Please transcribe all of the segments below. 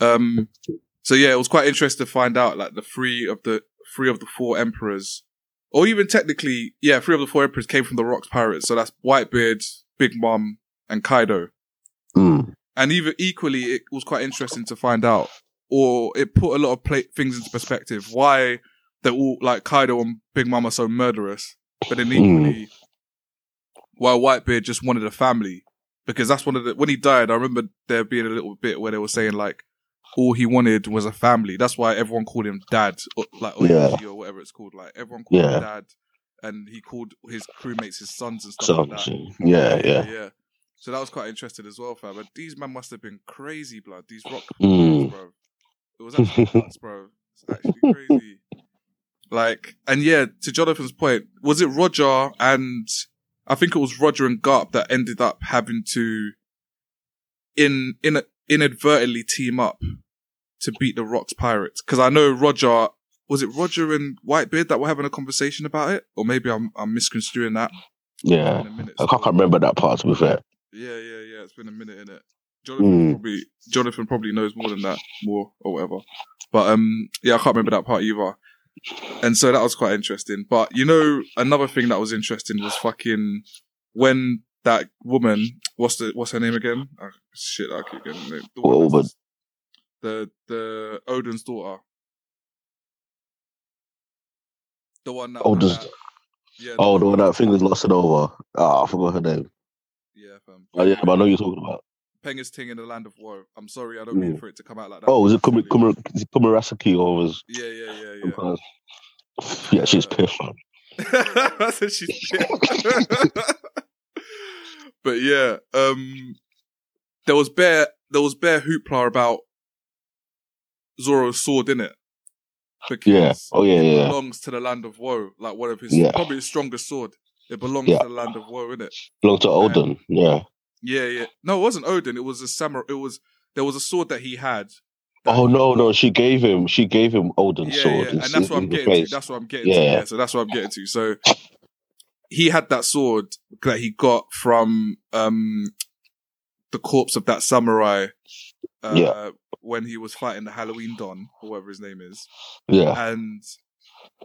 Um, so yeah, it was quite interesting to find out like the three of the three of the four emperors, or even technically, yeah, three of the four emperors came from the Rocks Pirates. So that's Whitebeard, Big Mom, and Kaido. Mm. And even equally, it was quite interesting to find out, or it put a lot of play- things into perspective. Why they're all like Kaido and Big Mom are so murderous, but then Hmm. equally, why Whitebeard just wanted a family because that's one of the when he died. I remember there being a little bit where they were saying like all he wanted was a family. That's why everyone called him Dad, or, like or, Yeah. Yoshi or whatever it's called. Like everyone called Yeah. him Dad, and he called his crewmates his sons and stuff So, like that. yeah, yeah. yeah. So that was quite interesting as well, fam. But these man must have been crazy, blood. These rock Mm. bro. It was actually nuts, bro. It's actually crazy. Like, and yeah, to Jonathan's point, was it Roger and I think it was Roger and Garp that ended up having to in in inadvertently team up to beat the Rocks Pirates? Because I know Roger was it Roger and Whitebeard that were having a conversation about it, or maybe I'm I'm misconstruing that. Yeah. In a minute, I can't remember that part, to be fair. yeah, yeah, yeah. It's been a minute in it. Jonathan Mm. probably Jonathan probably knows more than that, more or whatever. But um, yeah, I can't remember that part either. And so that was quite interesting. But you know, another thing that was interesting was fucking when that woman, what's the what's her name again? Oh, shit, I keep getting the name. The, What one woman? that's- the the Odin's daughter. The one that Odin's- that- yeah, Oh, the one that fingers lost it over. Ah, I forgot her name. yeah, fam. Oh, yeah, but I know you're talking about. Penga's Ting in the Land of Woe. I'm sorry, I don't mean Mm. for it to come out like that. Oh, was it Kum- Really. Kum- Kumarasaki or was Yeah, yeah, yeah, yeah. yeah. yeah, she's pissed. man. I said she's But yeah, um, there was bare there was bare hoopla about Zoro's sword in it because Yeah. Oh yeah, it yeah, belongs to the Land of Woe, like one of his Yeah. probably his strongest sword. It belongs Yeah. to the Land of Woe, innit? belonged to Odin. Yeah. Yeah, yeah. No, it wasn't Odin. It was a samurai. It was there was a sword that he had. that Oh no, no, she gave him. She gave him Odin's yeah, sword. Yeah, in- and that's what in I'm the getting face. to. That's what I'm getting to. Yeah. Yeah, so that's what I'm getting to. So he had that sword that he got from um the corpse of that samurai uh, Yeah. when he was fighting the Halloween Don, or whatever his name is. yeah, And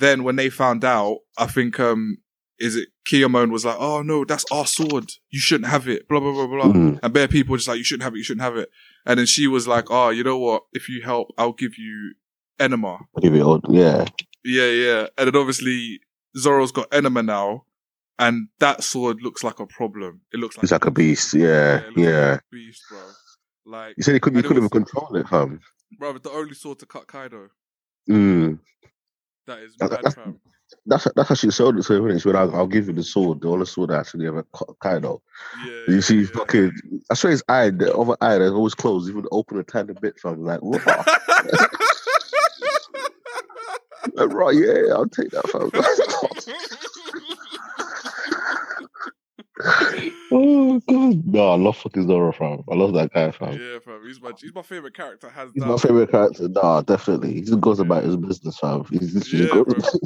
then when they found out, I think um is it Kiyomon was like, Oh no, that's our sword. You shouldn't have it. Blah blah blah blah. Mm. And bare people were just like, you shouldn't have it, you shouldn't have it. And then she was like, oh, you know what? If you help, I'll give you enema. give it Odin. Yeah, Yeah, yeah. And then obviously Zoro's got enema now, and that sword looks like a problem. It looks like he's like a beast. Yeah, it looks like yeah. a beast, bro. Like, He said he couldn't. And He it couldn't was- even control it, fam. bro, the only sword to cut Kaido. Mm. That is That- mad, that's- fam. That's that's how she sold it to him. innit? She went, I'll, "I'll give you the sword, the only sword I actually ever cut- kind of." Yeah, You see, yeah, fucking, I swear his eye, the other eye that's always closed, even open a tiny bit, fam. Like, what? right, yeah, I'll take that, fam. Oh god. No, I love fucking Zoro fam. I love that guy fam. yeah, fam. He's my he's my favorite character. Has He's my favorite character. Nah, definitely. He just goes about his business, fam. He's just Yeah, goes bro. about his I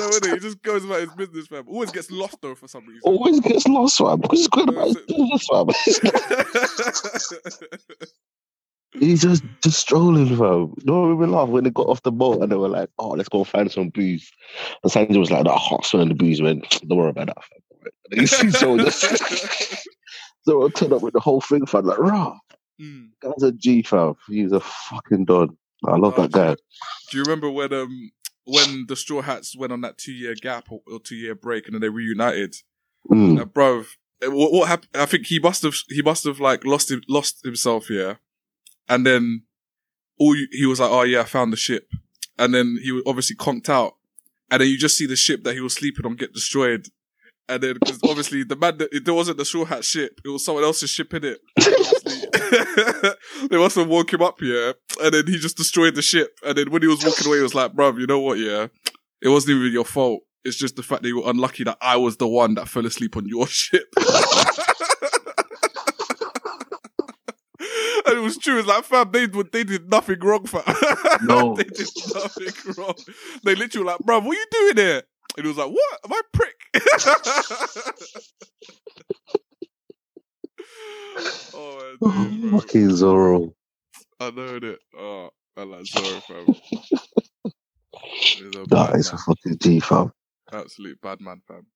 know, business. innit? He just goes about his business, fam. Always gets lost though for some reason. Always gets lost, fam. Because he's going about his business, fam. he's just just strolling, fam. No, we were laugh when they got off the boat and they were like, "Oh, let's go find some bees." And Sanji was like, "That hot smell of the bees." Went, "Don't worry about that." Fam. And you see, so just Zoro turned up with the whole thing, fam. Like, rah, Mm. that's a G, fam. He's a fucking don. I love Oh, that guy. Do you remember when um when the Straw Hats went on that two year gap or, or two year break and then they reunited? Mm. Now, bro, eh, what, what happened? I think he must have he must have like lost him, lost himself here, and then all you, he was like, oh yeah, I found the ship, and then he was obviously conked out, and then you just see the ship that he was sleeping on get destroyed. And then, because obviously the man, that, it, there wasn't the straw hat ship; it was someone else's ship in it. they must have woke him up, yeah. And then he just destroyed the ship. And then when he was walking away, he was like, bruv, you know what, yeah? It wasn't even your fault. It's just the fact that you were unlucky that I was the one that fell asleep on your ship. and it was true. It's like, fam, they, they did nothing wrong, fam. No. they did nothing wrong. They literally were like, bruv, what are you doing there? And he was like, what? Am I a prick? oh, dude, bro. Oh, Fucking Zoro. I know it. Oh, I'm like, sorry, fam. He's a That bad is a man. fucking G, fam. absolute bad man, fam.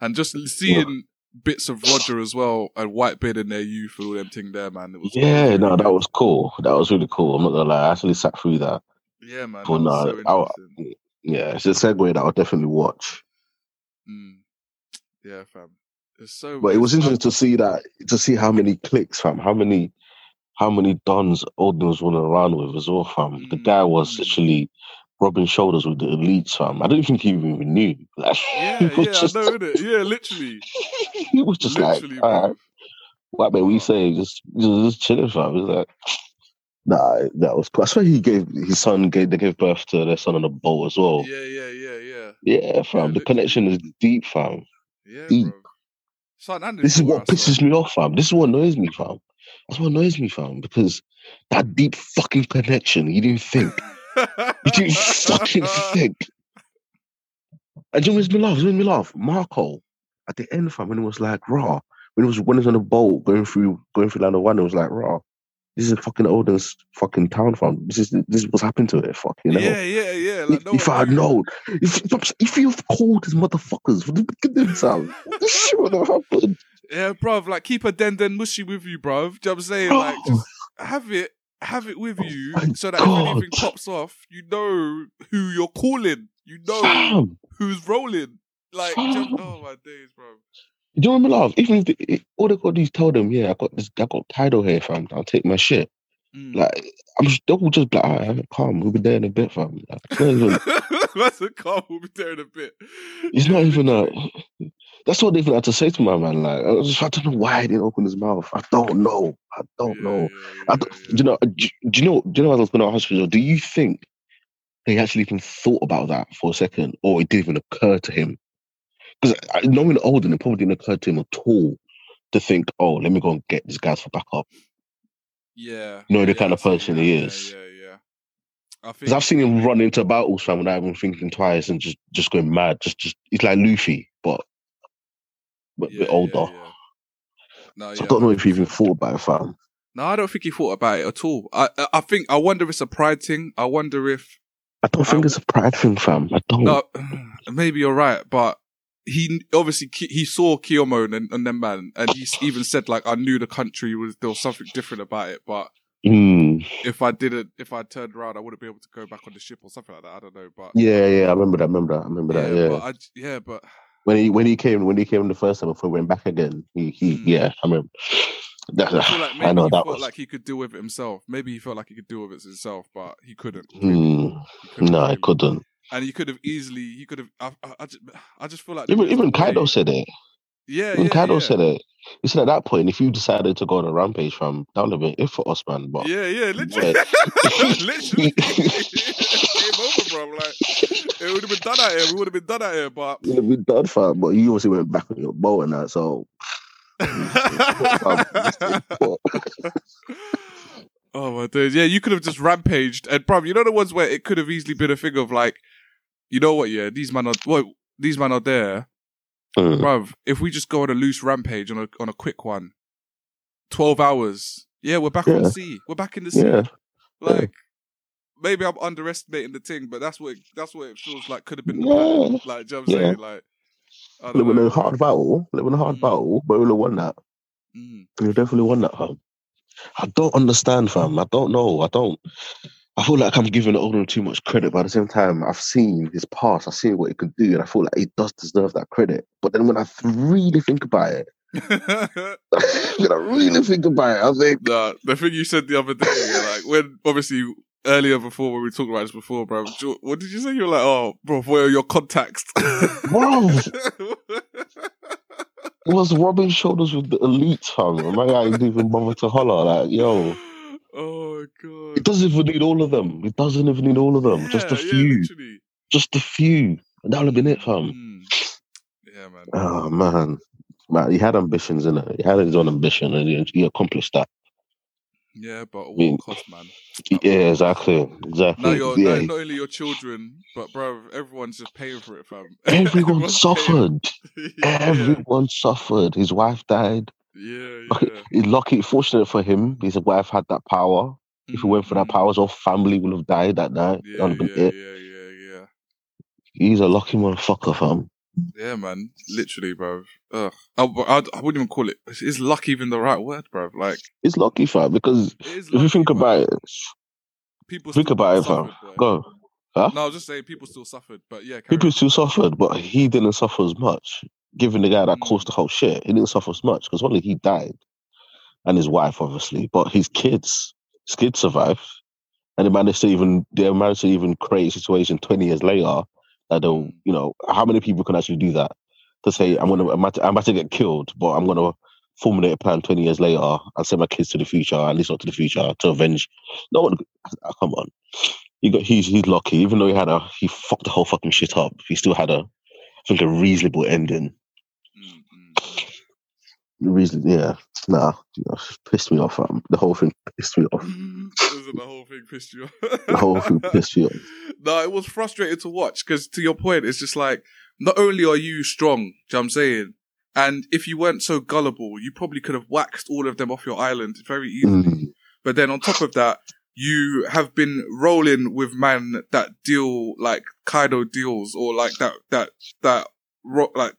And just seeing bits of Roger as well and Whitebeard in their youth and all them thing there, man. It was Yeah, no, that was cool. That was really cool. I'm not gonna lie. I actually sat through that. yeah, man. Well, that was no, so Oh, I- interesting. Yeah, it's a segue that I'll definitely watch. Mm. Yeah, fam. It's so. But it was it's- interesting to see that to see how many clicks, fam, how many how many dons Odin was running around with as well, fam. The guy was Mm. literally rubbing shoulders with the elites, fam. I don't think he even knew. Like, Yeah, he yeah, was just, I know it. Yeah, literally, he was just like, literally, all right, bruv. what man, we say just just, just chilling, fam. He's like, nah, that was cool. I swear he gave his son gave they gave birth to their son on a boat as well. Yeah, yeah, yeah, yeah, Yeah, fam. the literally. connection is deep, fam. yeah, Deep. bro. Son, and This is what Nicola, I swear. pisses me off, fam. This is what annoys me, fam. That's what annoys me, fam, because that deep fucking connection, you didn't think. You didn't fucking think. And do you know what made me laugh? It made me laugh. Marco, at the end, fam, when it was like raw, when it was when it was on the boat going through going through land of one, it was like raw. This is fucking oldest fucking town, fam. This is this is what's happened to it, fucking hell. Yeah, yeah, yeah. Like, no if one I had knew. known, if, if you've called these motherfuckers from the beginning, Sam, this shit would have happened. Yeah, bruv, like keep a den den mushy with you, bruv. Do you know what I'm saying? Bro. Like just have it have it with you Oh my so that God. if anything pops off, you know who you're calling. You know Sam, who's rolling. Like do you know- Fam. oh my days, bro. Do you remember love? Even if the, all the goodies told them, yeah, I got this, I got title here, fam. I'll take my shit. Mm. Like I'm, s- they will just be like, all right, calm. We'll be there in a bit, fam. Like, it's not even, That's a car will be there in a bit. it's not even a. That's what they even had to say to my man. Like I, was just, I don't know why he didn't open his mouth. I don't know. I don't Yeah, know. yeah, I yeah, d- Do you know? uh, Do, do you know? Do you know? what I was going to ask you. Do you think they actually even thought about that for a second, or it didn't even occur to him? Because knowing Olden, it probably didn't occur to him at all to think, "Oh, let me go and get these guys for backup." yeah. know the Yeah, kind of I see, person yeah, he yeah, is. Yeah, yeah. I think Because I've seen him run into battles, fam, without even thinking twice and just just going mad. Just just it's like Luffy, but but a yeah, bit older. Yeah, yeah. No, So yeah, I don't man. know if he even thought about it, fam. No, I don't think he thought about it at all. I, I- I think I wonder if it's a pride thing. I wonder if I don't think it's a pride thing, fam. I don't. no, maybe you're right, but he obviously Ki- he saw Kiyomon and, and them man, and he s- even said like I knew the country was there was something different about it, but Mm. if I didn't, if I turned around, I wouldn't be able to go back on the ship or something like that. I don't know, but Yeah, yeah, I remember that. I remember that. I remember that. Yeah. but I, j- yeah, but when he when he came when he came the first time before he went back again, he, he Mm. yeah, I remember. That, I feel like maybe I know he that felt was. like he could deal with it himself. Maybe he felt like he could deal with it himself, but he couldn't. Mm. He couldn't No, I really. couldn't. And he could have easily, he could have. I, I, I, just, I just feel like Even there was a even Kaido way- said it. Yeah, Even yeah, Kaido yeah. said it. He said at that point, if you decided to go on a rampage, fam, that would have been it for us, man. But Yeah, yeah, literally, literally, game over, bro. Like it would have been done out here. We would have been done out here, but Yeah, we done fam, but you obviously went back on your boat and that, so oh my days, yeah, you could have just rampaged, and bro, you know the ones where it could have easily been a thing of like, you know what? Yeah, these man are what these man are there, Mm. bruv. If we just go on a loose rampage on a on a quick one, twelve hours. Yeah, we're back on Yeah. the sea. We're back in the sea. yeah, Like maybe I'm underestimating the thing, but that's what it, that's what it feels like could have been. Yeah. Like, do you know what I'm Yeah. saying? Like, I live don't in know. a hard battle, live in a hard Mm. battle, but we'll have won that. Mm. We'll definitely won that, fam. I don't understand, fam. I don't know. I don't. I feel like I'm giving Odin too much credit, but at the same time, I've seen his past. I've seen what he could do, and I feel like he does deserve that credit. But then when I th- really think about it, when I really think about it, I think, nah, the thing you said the other day, you're like when obviously earlier before when we talked about this before, bro. Jo- What did you say? You were like, oh, bro, where are your contacts? bro, was rubbing shoulders with the elite, fam. My guy didn't even bother to holler. Like, yo, Oh god. It doesn't even need all of them. It doesn't even need all of them. just a Yeah, yeah, few. literally. just a few. And that would have been it, fam. Mm. Yeah, man. Oh man. Man, he had ambitions in it. He had his own ambition and he, he accomplished that. Yeah, but at mean- what cost, man? Yeah, exactly. Now Exactly. you're yeah. now not only your children, but bro, everyone's just paying for it, fam. Everyone Everyone's paying- suffered. yeah, Everyone suffered. His wife died. yeah, He's lucky, fortunate for him, his wife had that power. If it went for that powers, whole family would have died that night. Hmm. Mm. Yeah, that would have been yeah, it. yeah, yeah, yeah. He's a lucky motherfucker, fam. Yeah, man. Literally, bro. Ugh. I, I, I wouldn't even call it. Is luck even the right word, bro? Like, It's lucky, fam, because it is if you lucky, think but about it, people think still about it, suffered, boy. go. No, I was just saying people still suffered, but yeah, carry People still suffered, but he didn't suffer as much. Given the guy that Mm. caused the whole shit, he didn't suffer as much because only he died, and his wife obviously, but his kids, his kids survived, and they managed to even they managed to even create a situation twenty years later that they, will you know, how many people can actually do that to say I'm gonna I'm about to, I'm about to get killed, but I'm gonna formulate a plan twenty years later and send my kids to the future, at least not to the future, to avenge. No one, ah, come on. He got he's he's lucky. Even though he had a he fucked the whole fucking shit up. He still had a I think a reasonable ending. Mm, mm, mm. Reason, yeah. Nah, you know, pissed me off. fam. the whole thing pissed me off. Listen, hmm. the whole thing pissed you off. The whole thing pissed me off. no, it was frustrating to watch because, to your point, it's just like not only are you strong, do you know what I'm saying, and if you weren't so gullible, you probably could have waxed all of them off your island very easily. Mm. But then on top of that, you have been rolling with man that deal like Kaido deals, or like that that that rock like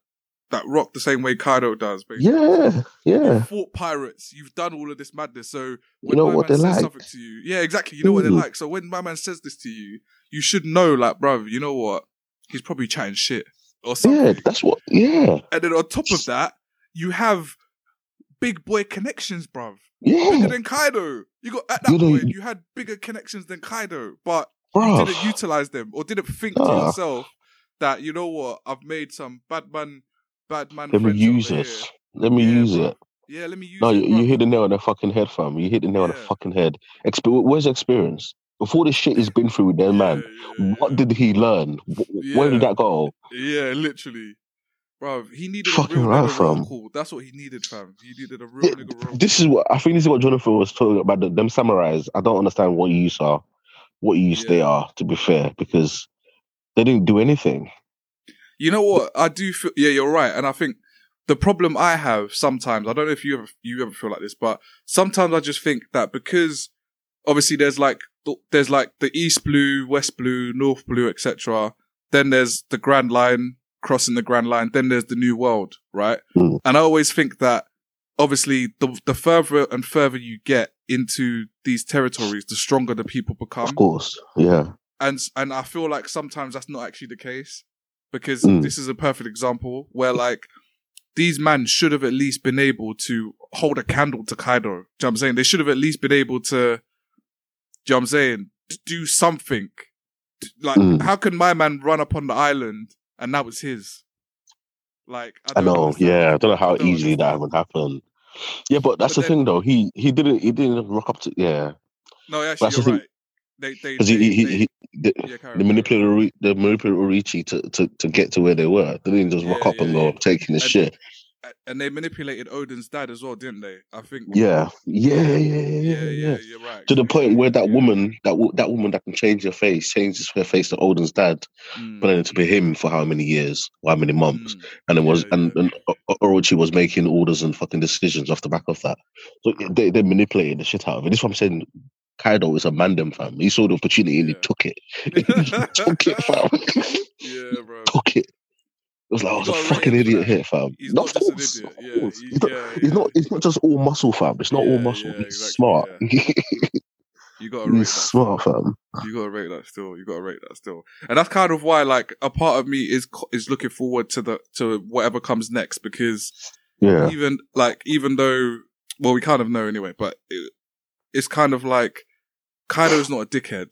that rock the same way Kaido does. Basically. Yeah, yeah. You've fought pirates. You've done all of this madness. So You know my what man they're says like. something to you, yeah, exactly. You know what they're Mm. like. So when my man says this to you, you should know, like, bruv, you know what? He's probably chatting shit or something. Yeah, that's what yeah. And then on top of that, you have big boy connections, bruv. Bigger Yeah. than Kaido. You got at that You know- point, you had bigger connections than Kaido, but you didn't Bruh. utilize them or didn't think to Ah. yourself that you know what? I've made some bad man, bad man. Let me friends over use here. this. Let me Yeah, use bruv. it. Yeah, let me use No, it. you, you bruv. hit the nail on the fucking head, fam. You hit the nail on the Yeah. fucking head. Exper- where's experience? Before the shit he's been through with their Yeah, man, yeah, what yeah. did he learn? Wh- Where did Yeah. that go? Yeah, literally. Bro, he needed Fucking a real right, nigga roll fam. call. That's what he needed, fam. He needed a real Th- nigga roll this is what I think. This is what Jonathan was talking about. The, them samurais. I don't understand what use are, what use they Yeah. are. To be fair, because they didn't do anything. You know what? I do feel. Yeah, you're right. And I think the problem I have sometimes, I don't know if you ever you ever feel like this, but sometimes I just think that because obviously there's like there's like the East Blue, West Blue, North Blue, etc. Then there's the Grand Line crossing the Grand Line. Then there's the New World, right? Mm. And I always think that obviously the the further and further you get into these territories, the stronger the people become Of course, yeah. and and I feel like sometimes that's not actually the case because Mm. this is a perfect example where like these men should have at least been able to hold a candle to Kaido. Do you know what I'm saying? They should have at least been able to, do you know what I'm saying? To do something. D- Like, Mm. how can my man run up on the island and that was his? Like, I know. understand. Yeah, I don't know how don't easily that understand. would happen. Yeah, but that's But the then- thing, though. He he didn't he didn't rock up to yeah No, actually, That's the you're thing. right. They, they, because they, he he, he, they- he the, yeah, carry on, the carry on. manipulator re- the manipulator Ricci to, to to get to where they were. They didn't just rock Yeah, up and yeah, go yeah. "I'm taking this And- shit. A- And they manipulated Odin's dad as well, didn't they? I think. Yeah, yeah, yeah, yeah, yeah. yeah, yeah, yeah, you're right. To the Yeah, point where that yeah. woman, that wo- that woman that can change her face, changes her face to Odin's dad, Mm, but uh, um, then to be him for how many years, or how many months, mm. and it was yeah, and, yeah. and O- Orochi was making orders and fucking decisions off the back of that. So they they manipulated the shit out of it. This is what I'm saying. Kaido is a mandem fam. He saw the opportunity and Yeah. he took it. took it, fam. Yeah, bro. took it. It was like, I He's was a got a fucking range, idiot man. here, fam. He's No, not of just an idiot. course, of Yeah, course. he- He's not- yeah, It's not. yeah. It's not just all muscle, fam. It's not Yeah, all muscle. yeah, He's exactly, smart. You gotta rate He's that. smart, fam. You gotta rate that still. You gotta rate that still. And that's kind of why, like, a part of me is co- is looking forward to the to whatever comes next because Yeah. even like even though well we kind of know anyway, but it, it's kind of like Kaido's not a dickhead,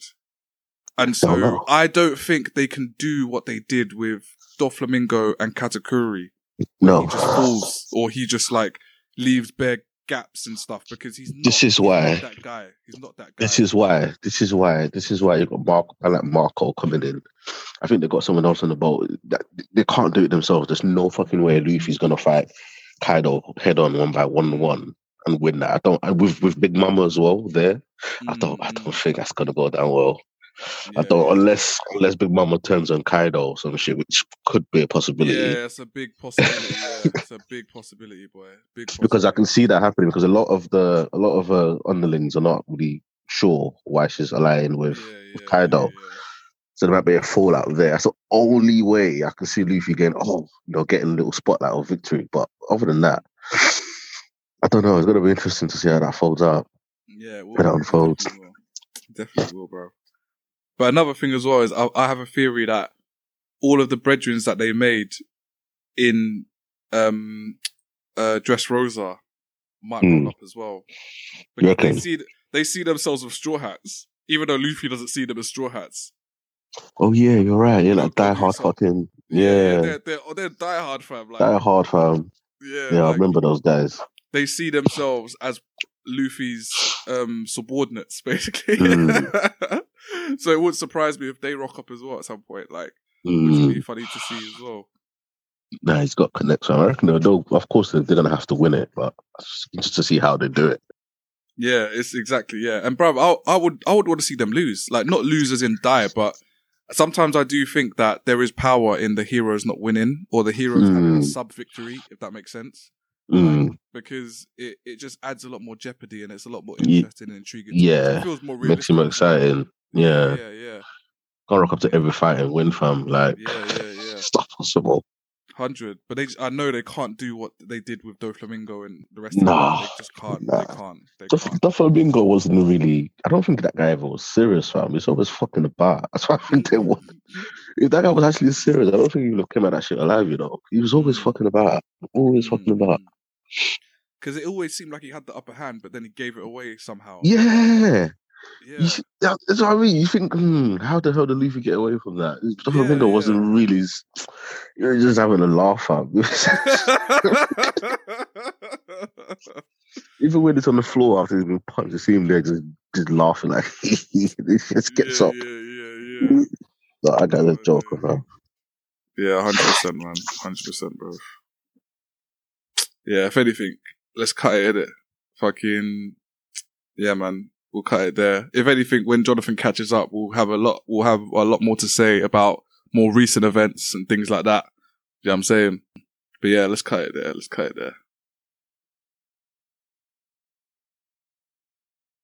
and so Oh, no. I don't think they can do what they did with Doflamingo and Katakuri. No. he just falls or he just like leaves bare gaps and stuff because he's not, This is he's not why- that guy. He's not that guy. This is why. This is why. This is why you got Mark I like Marco coming in. I think they got someone else on the boat. That, they can't do it themselves. There's no fucking way Luffy's gonna fight Kaido head on one by one one and win that. I don't. I, with with Big Mama as well there. I don't. I don't think that's gonna go down well. Mm-hmm. I don't unless unless Big Mama turns on Kaido or some shit, which could be a possibility. Yeah, it's a big possibility. Yeah. It's a big possibility, boy. Big Because I possibility. can see that happening because a lot of the a lot of uh, underlings are not really sure why she's aligning with yeah, yeah, Kaido. So there might be a fallout there. That's the only way I can see Luffy getting, oh, you know, getting a little spotlight or victory. But other than that, I don't know. It's going to be interesting to see how that folds out. Yeah, yeah. It unfolds. Definitely will. Definitely will, bro. But another thing as well is I, I have a theory that all of the brethrens that they made in um uh Dress Rosa might Hmm. roll up as well. Because they reckon? see they see themselves with straw hats, even though Luffy doesn't see them as straw hats. Oh, yeah, you're right. You're like Okay, die hard so- fucking. Yeah. they're they're, oh, they're diehard fam. Like, Die hard, fam. yeah, Yeah, I like, remember those guys. they see themselves as Luffy's um subordinates, basically. Hmm. so it would surprise me if they rock up as well at some point. Like, which would Mm, be funny to see as well. nah, he's got connection. I reckon they'll, they'll- of course, they're going to have to win it, but it's just to see how they do it. Yeah, it's exactly yeah. And bruv, I, I would I would want to see them lose. Like not lose as in die, but sometimes I do think that there is power in the heroes not winning or the heroes having a Mm. sub victory, if that makes sense. Mm, Because it, it just adds a lot more jeopardy and it's a lot more Ye- interesting and intriguing. to yeah. watch. It feels more makes realistic. it more exciting. Yeah. Yeah, yeah. Can't rock up to every fight and win, fam. Like, Yeah, yeah, yeah. it's not possible. Hundred. But they j- I know they can't do what they did with Doflamingo and the rest Nah. of them. They just can't. They Nah. can't. They The, can't. the Flamingo wasn't really. I don't think that guy ever was serious, fam. He's always fucking about. That's why I think they won. If that guy was actually serious, I don't think he would have came out that shit alive, you know. He was always fucking about. Always fucking Mm. about. Because it always seemed like he had the upper hand, but then he gave it away somehow. Yeah. Yeah. You s- that- that's what I mean. You think, hmm, how the hell did Luffy get away from that? The Yeah, Flamingo yeah. wasn't really. s- He was just having a laugh, fam. Even when it's on the floor after he's been punched, you see him there just, just laughing like he just gets yeah, up. Yeah, yeah, yeah. Like, I got this joker, bro. Yeah, hundred percent, man. Hundred percent, bro. Yeah, if anything, let's cut it in it. Fucking yeah, man. We'll cut it there. If anything, when Jonathan catches up, we'll have a lot. We'll have a lot more to say about more recent events and things like that. You know what I'm saying? But yeah, let's cut it there. Let's cut it there.